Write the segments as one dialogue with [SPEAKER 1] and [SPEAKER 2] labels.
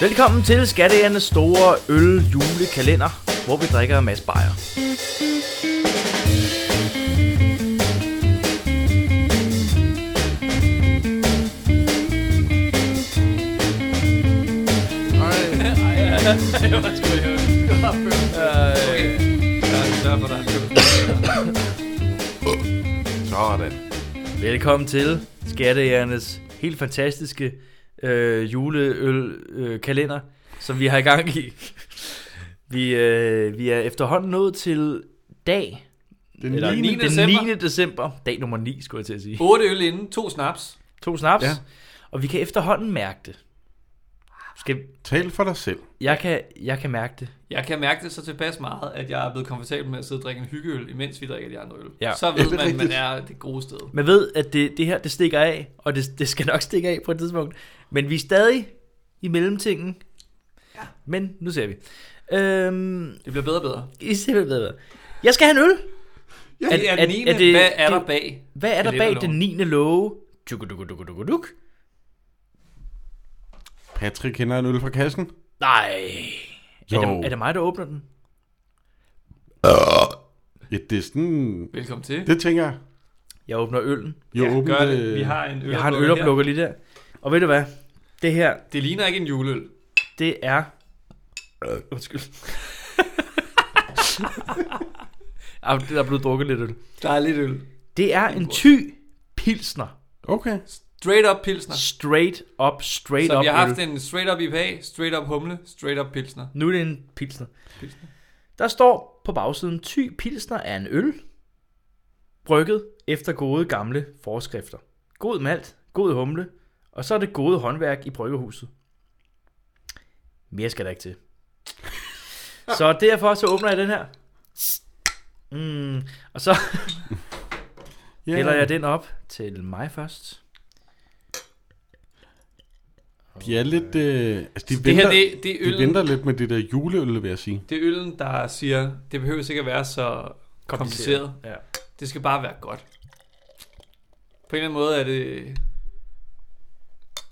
[SPEAKER 1] Velkommen til Skatteernes store øl julekalender, hvor vi drikker en masse bajer.
[SPEAKER 2] Sådan.
[SPEAKER 1] Velkommen til Skatteernes helt fantastiske øh, juleølkalender, øh, kalender, som vi har i gang i. Vi, øh, vi er efterhånden nået til dag,
[SPEAKER 2] Den
[SPEAKER 1] eller 9.
[SPEAKER 2] lignende-
[SPEAKER 1] Den 9.
[SPEAKER 3] december. Oh.
[SPEAKER 1] december. Dag nummer 9, skulle jeg til at sige.
[SPEAKER 3] 8 øl inden, to snaps.
[SPEAKER 1] To snaps, ja.
[SPEAKER 2] Ja.
[SPEAKER 1] og vi kan efterhånden mærke det. Skal,
[SPEAKER 2] Tal for dig selv.
[SPEAKER 1] jeg, kan, jeg kan mærke det.
[SPEAKER 3] Jeg kan mærke det så tilpas meget, at jeg er blevet komfortabel med at sidde og drikke en hyggeøl, imens vi drikker de andre øl.
[SPEAKER 1] Ja.
[SPEAKER 3] Så
[SPEAKER 2] Ja, det
[SPEAKER 3] ved
[SPEAKER 2] er
[SPEAKER 3] man, at man
[SPEAKER 2] rigtigt.
[SPEAKER 3] er det gode sted.
[SPEAKER 1] Man ved, at det, det her, det stikker af, og det, det skal nok stikke af på et tidspunkt. Men vi er stadig i mellemtingen. Ja. Men nu ser vi. Øhm,
[SPEAKER 3] Det bliver bedre og bedre.
[SPEAKER 1] I ser hvad bedre. Jeg skal have en øl.
[SPEAKER 2] Ja,
[SPEAKER 3] Det er den
[SPEAKER 1] er-
[SPEAKER 3] ene,
[SPEAKER 1] er det-
[SPEAKER 3] hvad er
[SPEAKER 1] det-
[SPEAKER 3] der bag?
[SPEAKER 1] Hvad er der bag
[SPEAKER 3] Kalenderloven.
[SPEAKER 1] den 9. låge? Tjukudukudukudukuduk.
[SPEAKER 2] Patrick kender en øl fra kassen.
[SPEAKER 1] Nej. Er
[SPEAKER 2] Jo.
[SPEAKER 1] det, er det mig, der åbner den?
[SPEAKER 2] Ja, det er sådan...
[SPEAKER 3] Velkommen til.
[SPEAKER 2] Det tænker jeg.
[SPEAKER 1] Jeg åbner øllen.
[SPEAKER 2] Jo,
[SPEAKER 3] ja,
[SPEAKER 2] åbent,
[SPEAKER 3] gør det.
[SPEAKER 2] øh,
[SPEAKER 3] Vi har en øl.
[SPEAKER 1] Jeg har en øloplukker lige der. Og ved du hvad? Det her,
[SPEAKER 3] Det ligner ikke en juleøl.
[SPEAKER 1] det er... Øh, Undskyld. Ej, der er blevet drukket lidt øl.
[SPEAKER 3] Der er lidt øl.
[SPEAKER 1] Det er en ty pilsner.
[SPEAKER 2] Okay.
[SPEAKER 3] Straight up pilsner.
[SPEAKER 1] Straight up, straight
[SPEAKER 3] Så
[SPEAKER 1] up
[SPEAKER 3] vi har haft
[SPEAKER 1] øl.
[SPEAKER 3] en straight up IPA, straight up humle, straight up pilsner.
[SPEAKER 1] Nu er det en pilsner. Der står på bagsiden, ty pilsner er en øl, brygget efter gode gamle forskrifter. God malt, god humle, og så er det gode håndværk i bryggehuset. Mere skal der ikke til. Så derfor så åbner jeg den her. Mm, og så
[SPEAKER 2] Ja.
[SPEAKER 1] hælder jeg den op til mig først.
[SPEAKER 2] De er lidt... Øh, altså, de,
[SPEAKER 3] Det
[SPEAKER 2] venter,
[SPEAKER 3] her, det, det er
[SPEAKER 2] de
[SPEAKER 3] øllen,
[SPEAKER 2] venter lidt med det der juleøl, vil jeg sige.
[SPEAKER 3] det er øllen, der siger, det behøver ikke at være så kompliceret.
[SPEAKER 1] Ja.
[SPEAKER 3] Det skal bare være godt. På en eller anden måde er det...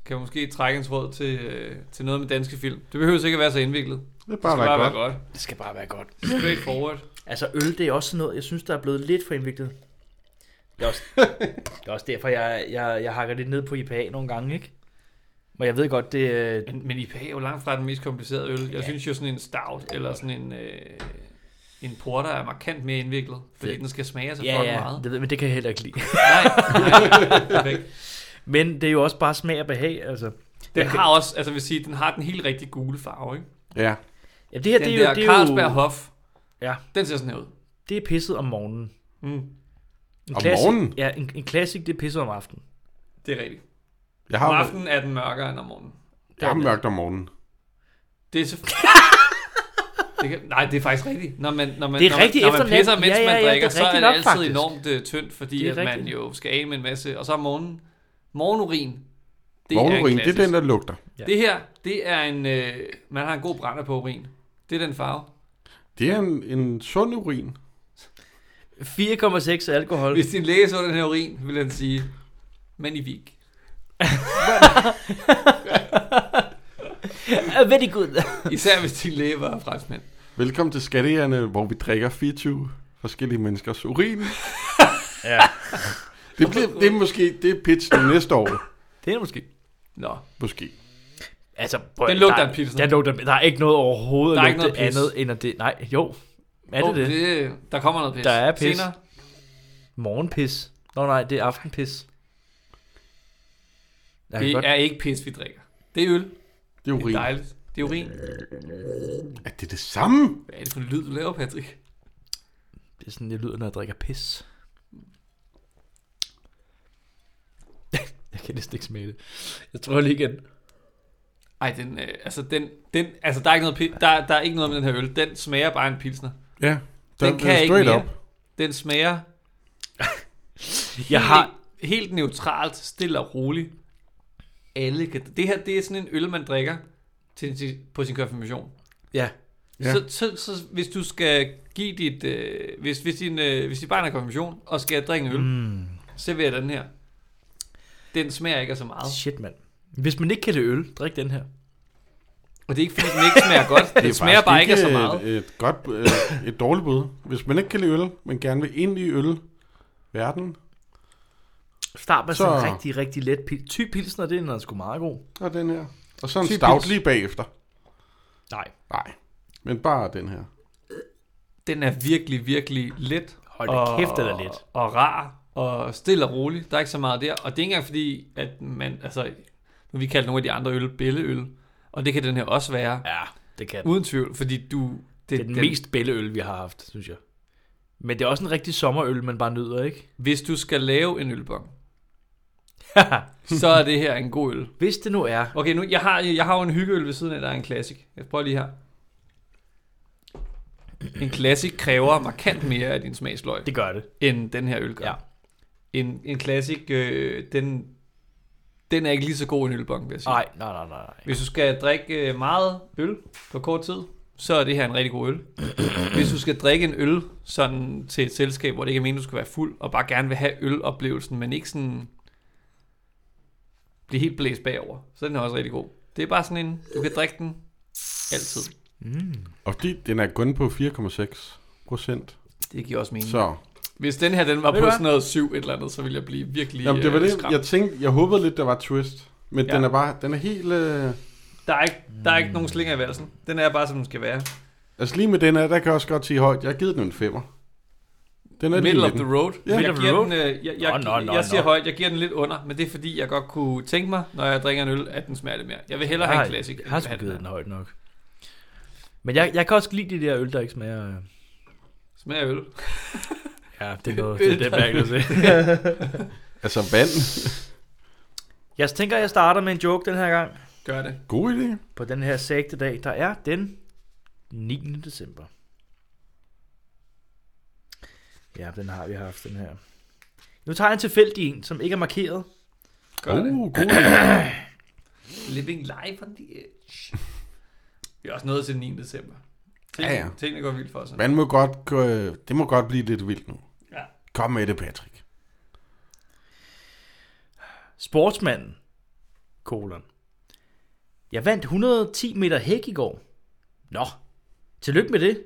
[SPEAKER 3] Kan jeg måske trække en tråd til, øh, til noget med danske film. Det behøver ikke at være så indviklet. Det
[SPEAKER 2] Det er
[SPEAKER 3] skal
[SPEAKER 2] bare,
[SPEAKER 3] bare
[SPEAKER 2] godt.
[SPEAKER 3] være godt.
[SPEAKER 1] Det skal bare være godt.
[SPEAKER 3] Straight forward.
[SPEAKER 1] Altså øl, det er også sådan noget, jeg synes, der er blevet lidt for indviklet. Det er også, det er også derfor, jeg, jeg, jeg hakker lidt ned på IPA nogle gange, ikke? Men jeg ved godt, det... øh,
[SPEAKER 3] Men, men IPA er jo langt fra den mest komplicerede øl. Jeg synes jo sådan en stout eller sådan en, øh, en porter er markant mere indviklet. Fordi
[SPEAKER 1] Det-
[SPEAKER 3] den skal smage så
[SPEAKER 1] Ja,
[SPEAKER 3] fucking
[SPEAKER 1] ja,
[SPEAKER 3] meget.
[SPEAKER 1] det ved, men det kan jeg heller ikke lide.
[SPEAKER 3] Nej, nej, perfekt.
[SPEAKER 1] Men det er jo også bare smag og behag, altså.
[SPEAKER 3] Den har også, altså jeg vil sige, den har den helt rigtig gule farve, ikke?
[SPEAKER 2] Ja.
[SPEAKER 1] Ja, det her,
[SPEAKER 3] Den
[SPEAKER 1] det er
[SPEAKER 3] der
[SPEAKER 1] jo... Det
[SPEAKER 3] Carlsberg
[SPEAKER 1] er, jo,
[SPEAKER 3] Hof,
[SPEAKER 1] Ja.
[SPEAKER 3] den ser sådan her ud.
[SPEAKER 1] det er pisset om morgenen.
[SPEAKER 3] Mm,
[SPEAKER 1] En
[SPEAKER 2] Om
[SPEAKER 1] klassik-
[SPEAKER 2] morgenen?
[SPEAKER 1] Ja, en, en klassik, det er pisset om aftenen.
[SPEAKER 3] det er rigtigt.
[SPEAKER 2] Jeg har,
[SPEAKER 3] Om aftenen er den mørkere end om morgenen.
[SPEAKER 2] jeg har mørkt om morgenen.
[SPEAKER 3] Det er selvfølgelig... det kan... Nej, det er faktisk rigtigt. Når man, når man,
[SPEAKER 1] Det er
[SPEAKER 3] når man,
[SPEAKER 1] rigtigt
[SPEAKER 3] når man
[SPEAKER 1] efter
[SPEAKER 3] pisser,
[SPEAKER 1] nat.
[SPEAKER 3] mens
[SPEAKER 1] Ja, ja, ja,
[SPEAKER 3] man
[SPEAKER 1] det er
[SPEAKER 3] drikker, så er
[SPEAKER 1] rigtigt
[SPEAKER 3] det
[SPEAKER 1] nok,
[SPEAKER 3] altid
[SPEAKER 1] faktisk.
[SPEAKER 3] enormt uh, tyndt, fordi
[SPEAKER 1] Det er
[SPEAKER 3] at man
[SPEAKER 1] rigtigt.
[SPEAKER 3] jo skal af med en masse. Og så er morgenen. Morgenurin. Det
[SPEAKER 2] Morgenurin, det er den,
[SPEAKER 3] der...
[SPEAKER 2] der lugter.
[SPEAKER 1] Ja.
[SPEAKER 3] Det her, det er en... Øh, man har en god brænder på urin. Det er den farve.
[SPEAKER 2] Det er en, en sund urin.
[SPEAKER 1] 4,6 alkohol.
[SPEAKER 3] Hvis din læge så den her urin, vil han sige... Magnifik.
[SPEAKER 1] Ah, Very good.
[SPEAKER 3] Især hvis din læge var franskmand.
[SPEAKER 2] Velkommen til Skattejerne, hvor vi drikker 24 forskellige menneskers urin.
[SPEAKER 1] ja,
[SPEAKER 2] Det, bliver, det er måske det er pitchen næste år.
[SPEAKER 1] det er måske...
[SPEAKER 3] Nå,
[SPEAKER 2] Måske.
[SPEAKER 1] Altså, prøv,
[SPEAKER 3] Den lugter
[SPEAKER 1] der-
[SPEAKER 3] af pilsner.
[SPEAKER 1] Den lugter, der er ikke noget overhovedet
[SPEAKER 3] Der
[SPEAKER 1] der
[SPEAKER 3] er
[SPEAKER 1] at
[SPEAKER 3] ikke
[SPEAKER 1] lugte
[SPEAKER 3] noget pis.
[SPEAKER 1] andet end at det... Nej, jo. Er det
[SPEAKER 3] Åh,
[SPEAKER 1] det?
[SPEAKER 3] Der kommer noget pis.
[SPEAKER 1] Der er pis.
[SPEAKER 3] Senere.
[SPEAKER 1] Morgenpis. Nå nej, det er aftenpis. Jeg kan
[SPEAKER 3] Det
[SPEAKER 1] godt...
[SPEAKER 3] er ikke pis, vi drikker. Det er øl.
[SPEAKER 2] Det er urin.
[SPEAKER 3] Det er
[SPEAKER 2] Det er,
[SPEAKER 3] dejligt. Det er urin.
[SPEAKER 2] er det det samme?
[SPEAKER 3] Hvad er det for en lyd, du laver, Patrick?
[SPEAKER 1] det er sådan, jeg lyder, når jeg drikker pis. jeg kan næsten ikke smage det. Jeg tror lige igen.
[SPEAKER 3] Ej, den, øh, altså, den, den, altså, der er ikke noget, pi- der, der er ikke noget med den her øl. Den smager bare en pilsner.
[SPEAKER 2] Ja.
[SPEAKER 3] Den kan ikke
[SPEAKER 2] straight
[SPEAKER 3] mere.
[SPEAKER 2] up.
[SPEAKER 3] Den smager
[SPEAKER 1] Jeg har...
[SPEAKER 3] helt, helt neutralt, stille og roligt. Alle kan, det her, det er sådan en øl, man drikker til, til, på sin konfirmation.
[SPEAKER 1] Ja.
[SPEAKER 2] Ja.
[SPEAKER 3] Ja. Så, så, så, hvis du skal give dit, øh, hvis, hvis, din, øh, hvis dit barn har konfirmation, og skal drikke en øl, mm.
[SPEAKER 1] Mm,
[SPEAKER 3] serverer den her. Den smager ikke af så meget.
[SPEAKER 1] shit, mand. Hvis man ikke kan det øl, drik den her.
[SPEAKER 3] Og det er ikke, fordi den ikke smager godt. Det, det smager
[SPEAKER 2] faktisk
[SPEAKER 3] bare ikke af så meget.
[SPEAKER 2] Et, et godt, øh, et dårligt bud. Hvis man ikke kan lide øl, men gerne vil ind i øl verden,
[SPEAKER 1] Start med sådan
[SPEAKER 2] Så-
[SPEAKER 1] en rigtig, rigtig let pil. Ty pilsner, det er noget sgu meget god.
[SPEAKER 2] og den her. Og så en
[SPEAKER 3] Typisk.
[SPEAKER 2] stout lige bagefter.
[SPEAKER 1] Nej,
[SPEAKER 2] Nej, men bare den her.
[SPEAKER 3] Den er virkelig, virkelig let.
[SPEAKER 1] hold da kæft, den er let.
[SPEAKER 3] Og rar og stille og rolig. Der er ikke så meget der. Og det er ikke engang fordi, at man, altså, nu vi kalder nogle af de andre øl bælleøl. Og det kan den her også være.
[SPEAKER 1] Ja, det kan den.
[SPEAKER 3] Uden tvivl, fordi du...
[SPEAKER 1] Det er den, mest bælleøl, vi har haft, synes jeg. Men det er også en rigtig sommerøl, man bare nyder, ikke?
[SPEAKER 3] Hvis du skal lave en ølbong, så er det her en god øl.
[SPEAKER 1] Hvis det nu er...
[SPEAKER 3] Okay, nu, jeg har, jeg har jo en hyggeøl ved siden af, der er en classic. Jeg prøver lige her. En classic kræver markant mere af din smagsløg,
[SPEAKER 1] Det gør det.
[SPEAKER 3] end den her øl gør.
[SPEAKER 1] Ja.
[SPEAKER 3] En, en classic, øh, den, den er ikke lige så god en ølbong, vil jeg sige.
[SPEAKER 1] Nej, nej, nej, nej. nej.
[SPEAKER 3] Hvis du skal drikke øh, meget øl på kort tid, så er det her en rigtig god øl. Hvis du skal drikke en øl sådan til et selskab, hvor det ikke er meningen, du skal være fuld, og bare gerne vil have øloplevelsen, men ikke sådan blive helt blæst bagover, så er den også rigtig god. Det er bare sådan en, du kan drikke den altid.
[SPEAKER 1] Mm.
[SPEAKER 2] Og fordi den er kun på 4,6 procent.
[SPEAKER 3] Det giver også mening. Så.
[SPEAKER 2] Så
[SPEAKER 3] Hvis den her den var
[SPEAKER 1] Ved du
[SPEAKER 3] på
[SPEAKER 1] hvad?
[SPEAKER 3] sådan noget syv et eller andet, så ville jeg blive virkelig
[SPEAKER 2] Jamen, det var
[SPEAKER 3] øh,
[SPEAKER 2] det,
[SPEAKER 3] skræmt.
[SPEAKER 2] jeg tænkte, jeg håbede lidt, der var et twist. Men
[SPEAKER 3] Ja.
[SPEAKER 2] ja. den er bare, den er helt... Øh,
[SPEAKER 3] Der, er ikke, der er
[SPEAKER 2] Hmm.
[SPEAKER 3] ikke nogen slinger i valsen. Den er bare, som den skal være.
[SPEAKER 2] altså lige med den her, der kan jeg også godt sige højt, jeg har givet den en femmer. Den er lige
[SPEAKER 3] Middle of
[SPEAKER 2] midten.
[SPEAKER 3] the road.
[SPEAKER 2] Ja.
[SPEAKER 3] Jeg,
[SPEAKER 1] Middle of the
[SPEAKER 3] giver
[SPEAKER 1] road.
[SPEAKER 3] den, øh, jeg, jeg,
[SPEAKER 1] Nå, nå, nå,
[SPEAKER 3] jeg siger
[SPEAKER 1] nå.
[SPEAKER 3] højt, jeg giver den lidt under, men det er fordi, jeg godt kunne tænke mig, når jeg drikker en øl, at den smager lidt mere. Jeg vil hellere have en classic.
[SPEAKER 1] Jeg har
[SPEAKER 3] end
[SPEAKER 1] sgu
[SPEAKER 3] at have
[SPEAKER 1] givet
[SPEAKER 3] den
[SPEAKER 1] den
[SPEAKER 3] her.
[SPEAKER 1] højt nok. Men jeg, jeg kan også lide de der øl, der ikke smager... øh.
[SPEAKER 3] Smager af øl.
[SPEAKER 1] Ja, det er noget, det, er det mærker at se.
[SPEAKER 2] Altså vand.
[SPEAKER 1] Jeg tænker, jeg starter med en joke den her gang.
[SPEAKER 3] Gør det.
[SPEAKER 2] God idé.
[SPEAKER 1] På den her sægte dag, der er den 9. december. Ja, den har vi haft, den her. Nu tager jeg en tilfældig en, som ikke er markeret.
[SPEAKER 3] Gør
[SPEAKER 2] oh,
[SPEAKER 3] det.
[SPEAKER 2] god idé.
[SPEAKER 3] Living life on the edge. Vi er også nået til den 9. december. Ting,
[SPEAKER 2] Ja, ja.
[SPEAKER 3] Tingene går vildt for sig.
[SPEAKER 2] Man må godt, gå- det må godt blive lidt vildt nu.
[SPEAKER 3] Ja.
[SPEAKER 2] Kom med det, Patrick.
[SPEAKER 1] Sportsmanden, kolon. Jeg vandt 110 meter hæk i går. Nå, tillykke med det.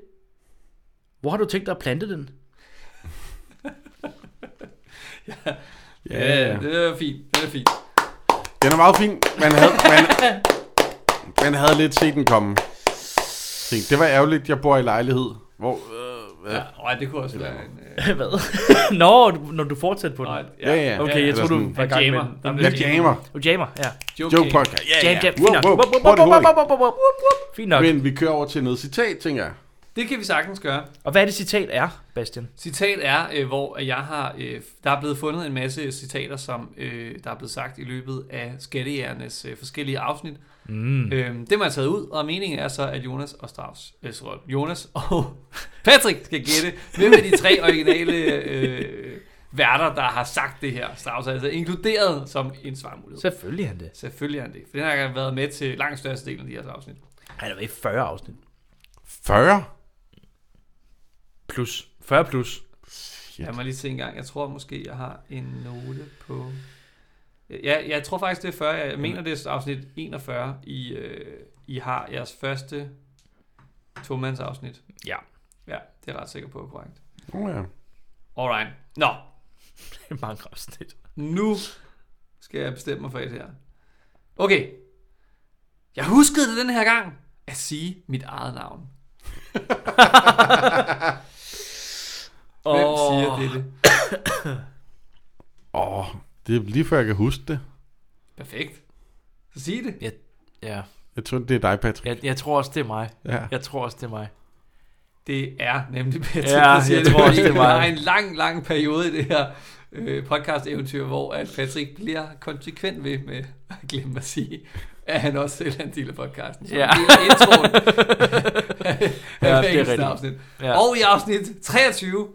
[SPEAKER 1] Hvor har du tænkt dig at plante den?
[SPEAKER 3] Ja, ja, det er fint. Det er fint.
[SPEAKER 2] Den er meget fin. Man havde, man, man havde lidt set den komme. Tænkte, Det var ærgerligt, jeg bor i lejlighed. Hvor, øh, ja.
[SPEAKER 3] Ja. Ej, det kunne også
[SPEAKER 2] Eller-
[SPEAKER 3] være en... Øh,
[SPEAKER 1] Hvad? Nå, du- når du fortsætter på den.
[SPEAKER 3] nej,
[SPEAKER 2] Ja, ja.
[SPEAKER 1] Okay, jeg
[SPEAKER 2] Eller
[SPEAKER 1] tror du
[SPEAKER 2] sådan-
[SPEAKER 1] var i
[SPEAKER 3] Han
[SPEAKER 1] gang med
[SPEAKER 3] jammer.
[SPEAKER 1] den.
[SPEAKER 3] Der
[SPEAKER 1] Jamen,
[SPEAKER 3] blev
[SPEAKER 2] Jeg jammer.
[SPEAKER 1] Du jammer, ja.
[SPEAKER 3] Joke,
[SPEAKER 2] Joke
[SPEAKER 3] game.
[SPEAKER 2] podcast. Ja, ja.
[SPEAKER 1] Jam, jam. Fint
[SPEAKER 2] Wow,
[SPEAKER 1] nok.
[SPEAKER 2] wow.
[SPEAKER 1] Wup, wup,
[SPEAKER 2] Hurtigt,
[SPEAKER 1] wup, wup,
[SPEAKER 2] hurtigt.
[SPEAKER 1] wup, wup, wup, wup, wup. Fint nok.
[SPEAKER 2] Men vi kører over til noget citat, tænker jeg.
[SPEAKER 3] Det kan vi sagtens gøre.
[SPEAKER 1] Og hvad er det citat er, Bastian?
[SPEAKER 3] Citat er, øh, hvor jeg har, øh, der er blevet fundet en masse citater, som øh, der er blevet sagt i løbet af Skattejægernes øh, forskellige afsnit.
[SPEAKER 1] Mm.
[SPEAKER 3] Mm. Øh, dem har jeg taget ud, og meningen er så, at Jonas og Strauss, øh, sorry, Jonas og Patrick skal gætte, hvem af de tre originale øh, værter, der har sagt det her. Strauss er altså inkluderet som en svarmulighed.
[SPEAKER 1] Selvfølgelig er han det.
[SPEAKER 3] Selvfølgelig er han det, for den har jeg været med til langt størstedelen af de her afsnit.
[SPEAKER 1] Han er med i 40 afsnit.
[SPEAKER 2] 40?
[SPEAKER 1] Plus. 40 plus.
[SPEAKER 2] Shit.
[SPEAKER 3] Jeg må lige se en gang. Jeg tror måske, jeg har en note på... Ja, jeg tror faktisk, det er 40. Jeg mener, det er afsnit 41, I, øh, I har jeres første tomands afsnit.
[SPEAKER 1] Ja.
[SPEAKER 3] Ja, det er jeg ret sikker på, er korrekt.
[SPEAKER 2] Oh, ja.
[SPEAKER 3] Alright. Nå,
[SPEAKER 1] Det er mange afsnit.
[SPEAKER 3] nu skal jeg bestemme mig for et her. Okay. Jeg huskede det den her gang at sige mit eget navn. Hvem siger det?
[SPEAKER 2] Åh, det er lige før jeg kan huske det.
[SPEAKER 3] Perfekt. Så sig det.
[SPEAKER 1] Ja.
[SPEAKER 2] Jeg tror, det er dig, Patrick.
[SPEAKER 1] Jeg, jeg tror også, det er mig.
[SPEAKER 2] Ja.
[SPEAKER 1] Jeg tror også, det er mig.
[SPEAKER 3] Det er nemlig Patrick,
[SPEAKER 1] Ja,
[SPEAKER 3] der siger
[SPEAKER 1] jeg
[SPEAKER 3] det,
[SPEAKER 1] tror
[SPEAKER 3] fordi
[SPEAKER 1] også, det
[SPEAKER 3] vi
[SPEAKER 1] var
[SPEAKER 3] har
[SPEAKER 1] det.
[SPEAKER 3] en lang, lang periode i det her øh, podcast-eventyr, hvor at Patrick bliver konsekvent ved med at glemme at sige, at han også selv er en del af podcasten. Så
[SPEAKER 1] Ja.
[SPEAKER 3] det er introen
[SPEAKER 1] Ja,
[SPEAKER 3] ja,
[SPEAKER 1] det er
[SPEAKER 3] det er
[SPEAKER 1] rigtigt.
[SPEAKER 3] afsnit.
[SPEAKER 1] Ja.
[SPEAKER 3] Ja. Og i afsnit 23,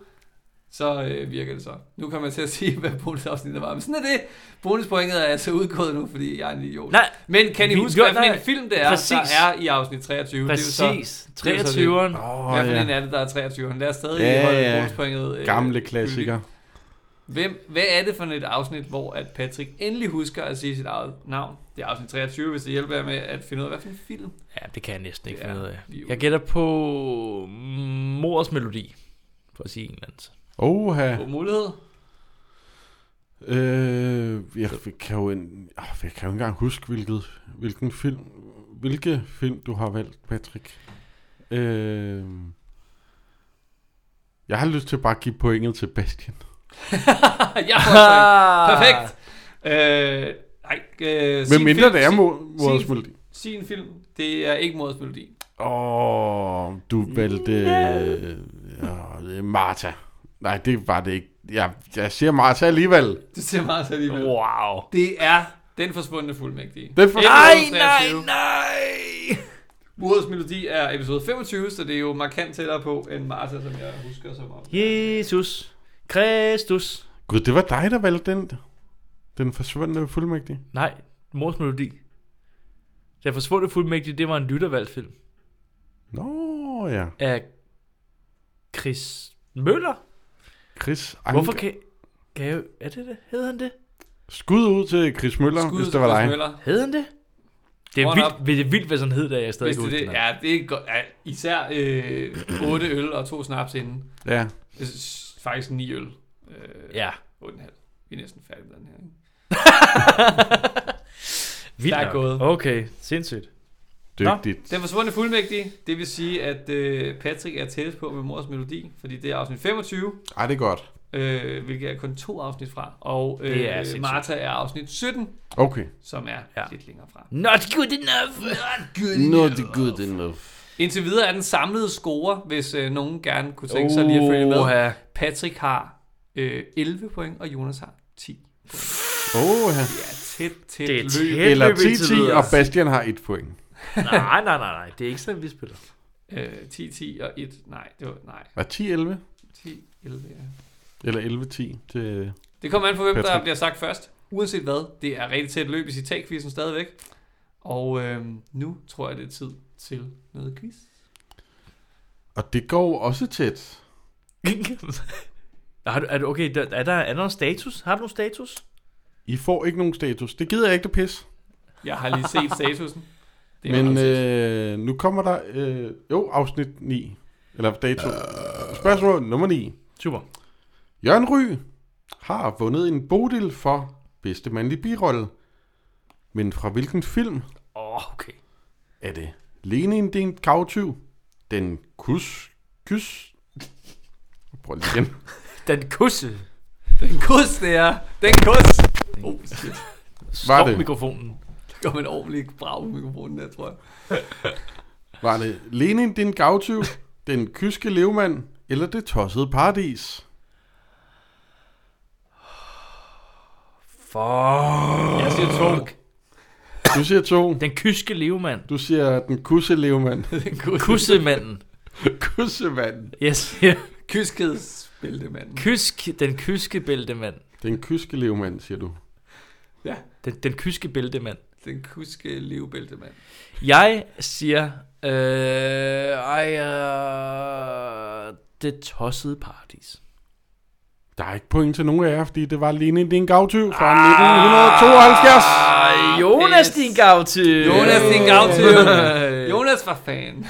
[SPEAKER 3] så øh, virker det så. Nu kommer jeg til at sige, hvad bonusafsnittet var. Men sådan er det. Bonuspointet er altså udgået nu, fordi jeg er en idiot.
[SPEAKER 1] Nej,
[SPEAKER 3] Men kan I
[SPEAKER 1] Vi-
[SPEAKER 3] huske,
[SPEAKER 1] jo,
[SPEAKER 3] hvad for
[SPEAKER 1] nej,
[SPEAKER 3] en film det er,
[SPEAKER 1] præcis.
[SPEAKER 3] der er i afsnit 23? Det er jo så
[SPEAKER 1] præcis.
[SPEAKER 3] det er jo så det.
[SPEAKER 1] 23'eren.
[SPEAKER 2] Åh,
[SPEAKER 3] Oh, I hvert fald
[SPEAKER 2] ja.
[SPEAKER 3] en af det, der er 23. Han er stadig
[SPEAKER 2] Ja,
[SPEAKER 3] ja, holde
[SPEAKER 2] ja.
[SPEAKER 3] bonuspointet. øh,
[SPEAKER 2] Gamle klassiker.
[SPEAKER 3] gyldigt. Hvem, hvad er det for et afsnit, hvor at Patrick endelig husker at sige sit eget navn? Det er afsnit 23, hvis det hjælper jer med at finde ud af, hvad for en film.
[SPEAKER 1] Ja, det kan jeg næsten ikke
[SPEAKER 3] Det
[SPEAKER 1] finde
[SPEAKER 3] er
[SPEAKER 1] ud af.
[SPEAKER 3] liv.
[SPEAKER 1] Jeg gætter på mors melodi, for at sige en eller anden.
[SPEAKER 2] Oha.
[SPEAKER 3] God mulighed.
[SPEAKER 2] Øh, jeg kan jo, en, ah, jeg kan jo ikke engang huske, hvilket, hvilken film, hvilke film du har valgt, Patrick. Øh, jeg har lyst til bare at give pointet til Bastian.
[SPEAKER 3] jeg
[SPEAKER 1] Ah,
[SPEAKER 3] får point. Perfekt. Øh, nej, øh, sig
[SPEAKER 2] Hvem
[SPEAKER 3] en
[SPEAKER 2] mindre
[SPEAKER 3] film,
[SPEAKER 2] det er
[SPEAKER 3] sig-
[SPEAKER 2] Mords
[SPEAKER 3] sin-
[SPEAKER 2] Melodi.
[SPEAKER 3] Sig en film. Det er ikke Mors Melodi.
[SPEAKER 2] Åh, du valgte øh, øh, Martha. Nej, det var det ikke. Jeg, jeg siger Martha alligevel.
[SPEAKER 3] Det ser meget så alligevel.
[SPEAKER 1] Wow.
[SPEAKER 3] Det er Den Forsvundne Fuldmægtige.
[SPEAKER 2] Den for...
[SPEAKER 1] Nej,
[SPEAKER 3] Episode
[SPEAKER 1] nej,
[SPEAKER 3] 23.
[SPEAKER 1] nej.
[SPEAKER 3] Mordets Melodi er episode 25, så det er jo markant tættere på end Martha, som jeg husker som om.
[SPEAKER 1] Jesus. Kristus.
[SPEAKER 2] Gud, det var dig, der valgte den. Den forsvundne fuldmægtige.
[SPEAKER 1] Nej, mors melodi. Den forsvundne fuldmægtige, det var en lyttervalgfilm
[SPEAKER 2] Nå ja,
[SPEAKER 1] af Chris Møller.
[SPEAKER 2] Chris Anker.
[SPEAKER 1] Hvorfor kan, kan jeg... Er det det? Hed han det?
[SPEAKER 2] Skud ud til Chris Møller,
[SPEAKER 3] Skud
[SPEAKER 2] Skud hvis
[SPEAKER 3] til
[SPEAKER 2] det var
[SPEAKER 3] Chris
[SPEAKER 2] dig.
[SPEAKER 3] Møller.
[SPEAKER 1] Hed han det? Det er,
[SPEAKER 3] Hold
[SPEAKER 1] vildt, det er vildt, hvad sådan hed, da jeg stadig
[SPEAKER 3] Hvis
[SPEAKER 1] ikke
[SPEAKER 3] det,
[SPEAKER 1] husker
[SPEAKER 3] det,
[SPEAKER 1] det. Ja.
[SPEAKER 3] ja, det er godt. Ja, især øh, 8 øl og to snaps inden.
[SPEAKER 2] Ja.
[SPEAKER 3] Øh, s- Faktisk 9 øl. Øh,
[SPEAKER 1] ja.
[SPEAKER 3] 8,5. Vi er næsten færdige med den her. ikke?
[SPEAKER 1] Vildt
[SPEAKER 3] Der er
[SPEAKER 1] nok.
[SPEAKER 3] gået.
[SPEAKER 1] Okay, sindssygt.
[SPEAKER 2] Dygtigt.
[SPEAKER 3] Den forsvundne fuldmægtige, det vil sige, at øh, Patrick er tættest på med Mors Melodi, fordi det er afsnit 25,
[SPEAKER 2] Ej, det er godt.
[SPEAKER 3] øh, hvilket er kun to afsnit fra, og øh,
[SPEAKER 1] Det er sindssygt.
[SPEAKER 3] Martha er afsnit 17,
[SPEAKER 2] Okay.
[SPEAKER 3] som er
[SPEAKER 1] Ja.
[SPEAKER 3] ja. lidt længere fra.
[SPEAKER 1] Not good enough. Not good
[SPEAKER 2] good enough.
[SPEAKER 3] Indtil videre er den samlede score, hvis øh, nogen gerne kunne tænke sig lige at følge med. Patrick har øh, 11 point, og Jonas har 10.
[SPEAKER 2] Oh, ja.
[SPEAKER 3] Det er tæt, tæt
[SPEAKER 1] Det er
[SPEAKER 3] løb.
[SPEAKER 1] tæt.
[SPEAKER 2] Eller
[SPEAKER 1] løb indtil
[SPEAKER 2] 10-10,
[SPEAKER 1] videre.
[SPEAKER 2] og
[SPEAKER 3] altså.
[SPEAKER 2] Bastian har et point.
[SPEAKER 1] nej, nej, nej, nej. Det er ikke sådan, vi spiller.
[SPEAKER 3] Øh, 10, 10 og 1. Nej, det var, nej.
[SPEAKER 2] Var 10-11?
[SPEAKER 3] 10, 11, ja.
[SPEAKER 2] Eller 11-10 til...
[SPEAKER 3] Det kommer an på, hvem der
[SPEAKER 2] Patrick.
[SPEAKER 3] bliver sagt først. Uanset hvad, det er rigtig tæt løb i citatquizzen stadigvæk. Og øh, nu tror jeg, det er tid til noget quiz.
[SPEAKER 2] Og det går jo også tæt.
[SPEAKER 1] har du, er, du, okay, der, er, der, er der nogen status? Har du nogen status?
[SPEAKER 2] I får ikke nogen status. Det gider jeg ikke, det pis.
[SPEAKER 3] Jeg har lige set statusen. Det er
[SPEAKER 2] Men
[SPEAKER 3] meget tæt.
[SPEAKER 2] øh, nu kommer der... Øh, jo, afsnit 9. Eller dato. Spørgsmål nummer 9.
[SPEAKER 1] Super.
[SPEAKER 2] Jørgen Ry har vundet en bodil for bedste mandlige birolle. Men fra hvilken film
[SPEAKER 1] Åh, oh, okay.
[SPEAKER 2] Er det Lenin, det er en kavtyv? Den kus... Kys... Prøv lige igen.
[SPEAKER 1] Den kusse.
[SPEAKER 3] den kus, det er. Den kus. Oh, shit.
[SPEAKER 2] Var
[SPEAKER 1] Stop
[SPEAKER 2] det?
[SPEAKER 1] mikrofonen.
[SPEAKER 3] Der kom en ordentlig brav på mikrofonen der, tror jeg.
[SPEAKER 2] Var det Lenin, det er en kavtyv? Den kyske levemand? Eller det tossede paradis?
[SPEAKER 1] Fuck.
[SPEAKER 3] Jeg siger to.
[SPEAKER 2] Du siger to.
[SPEAKER 1] Den kyske levemand.
[SPEAKER 2] Du siger den kusse levemand.
[SPEAKER 3] Den kus.
[SPEAKER 1] Kussemanden.
[SPEAKER 2] Kussemand.
[SPEAKER 1] Yes. Yeah.
[SPEAKER 3] Kyskhedsbæltemanden.
[SPEAKER 1] Kysk, den kyske bæltemand.
[SPEAKER 2] Den kyske levemand, siger du.
[SPEAKER 3] Ja,
[SPEAKER 1] Den, den kyske bæltemand.
[SPEAKER 3] den kuske levebæltemand.
[SPEAKER 1] Jeg siger, øh, ej, øh, det tossede paradis.
[SPEAKER 2] Der er ikke point til nogen af jer, fordi det var Lenin, det er en kavtyv fra 1972.
[SPEAKER 1] Ej, Ah, Jonas,
[SPEAKER 3] pis.
[SPEAKER 1] din gavtid.
[SPEAKER 3] Jonas, din gavtid.
[SPEAKER 1] Øh.
[SPEAKER 3] Jonas var fan.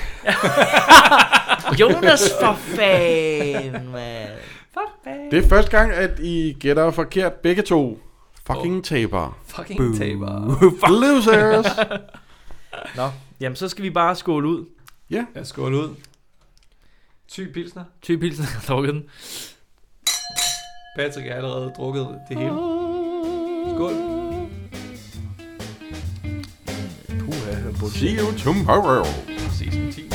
[SPEAKER 1] Jonas, for fan, mand. For fan.
[SPEAKER 2] Det er første gang, at I gætter forkert begge to. Fucking tabere.
[SPEAKER 3] Fucking taber.
[SPEAKER 2] Losers.
[SPEAKER 1] Nå, jamen så skal vi bare skåle ud.
[SPEAKER 3] Jeg skål ud. Ty pilsner.
[SPEAKER 1] Typ Pilsen har drukket den.
[SPEAKER 3] Patrick har allerede drukket det hele. Skål.
[SPEAKER 1] Puh, jeg
[SPEAKER 2] See you tomorrow.
[SPEAKER 3] Ses om 10.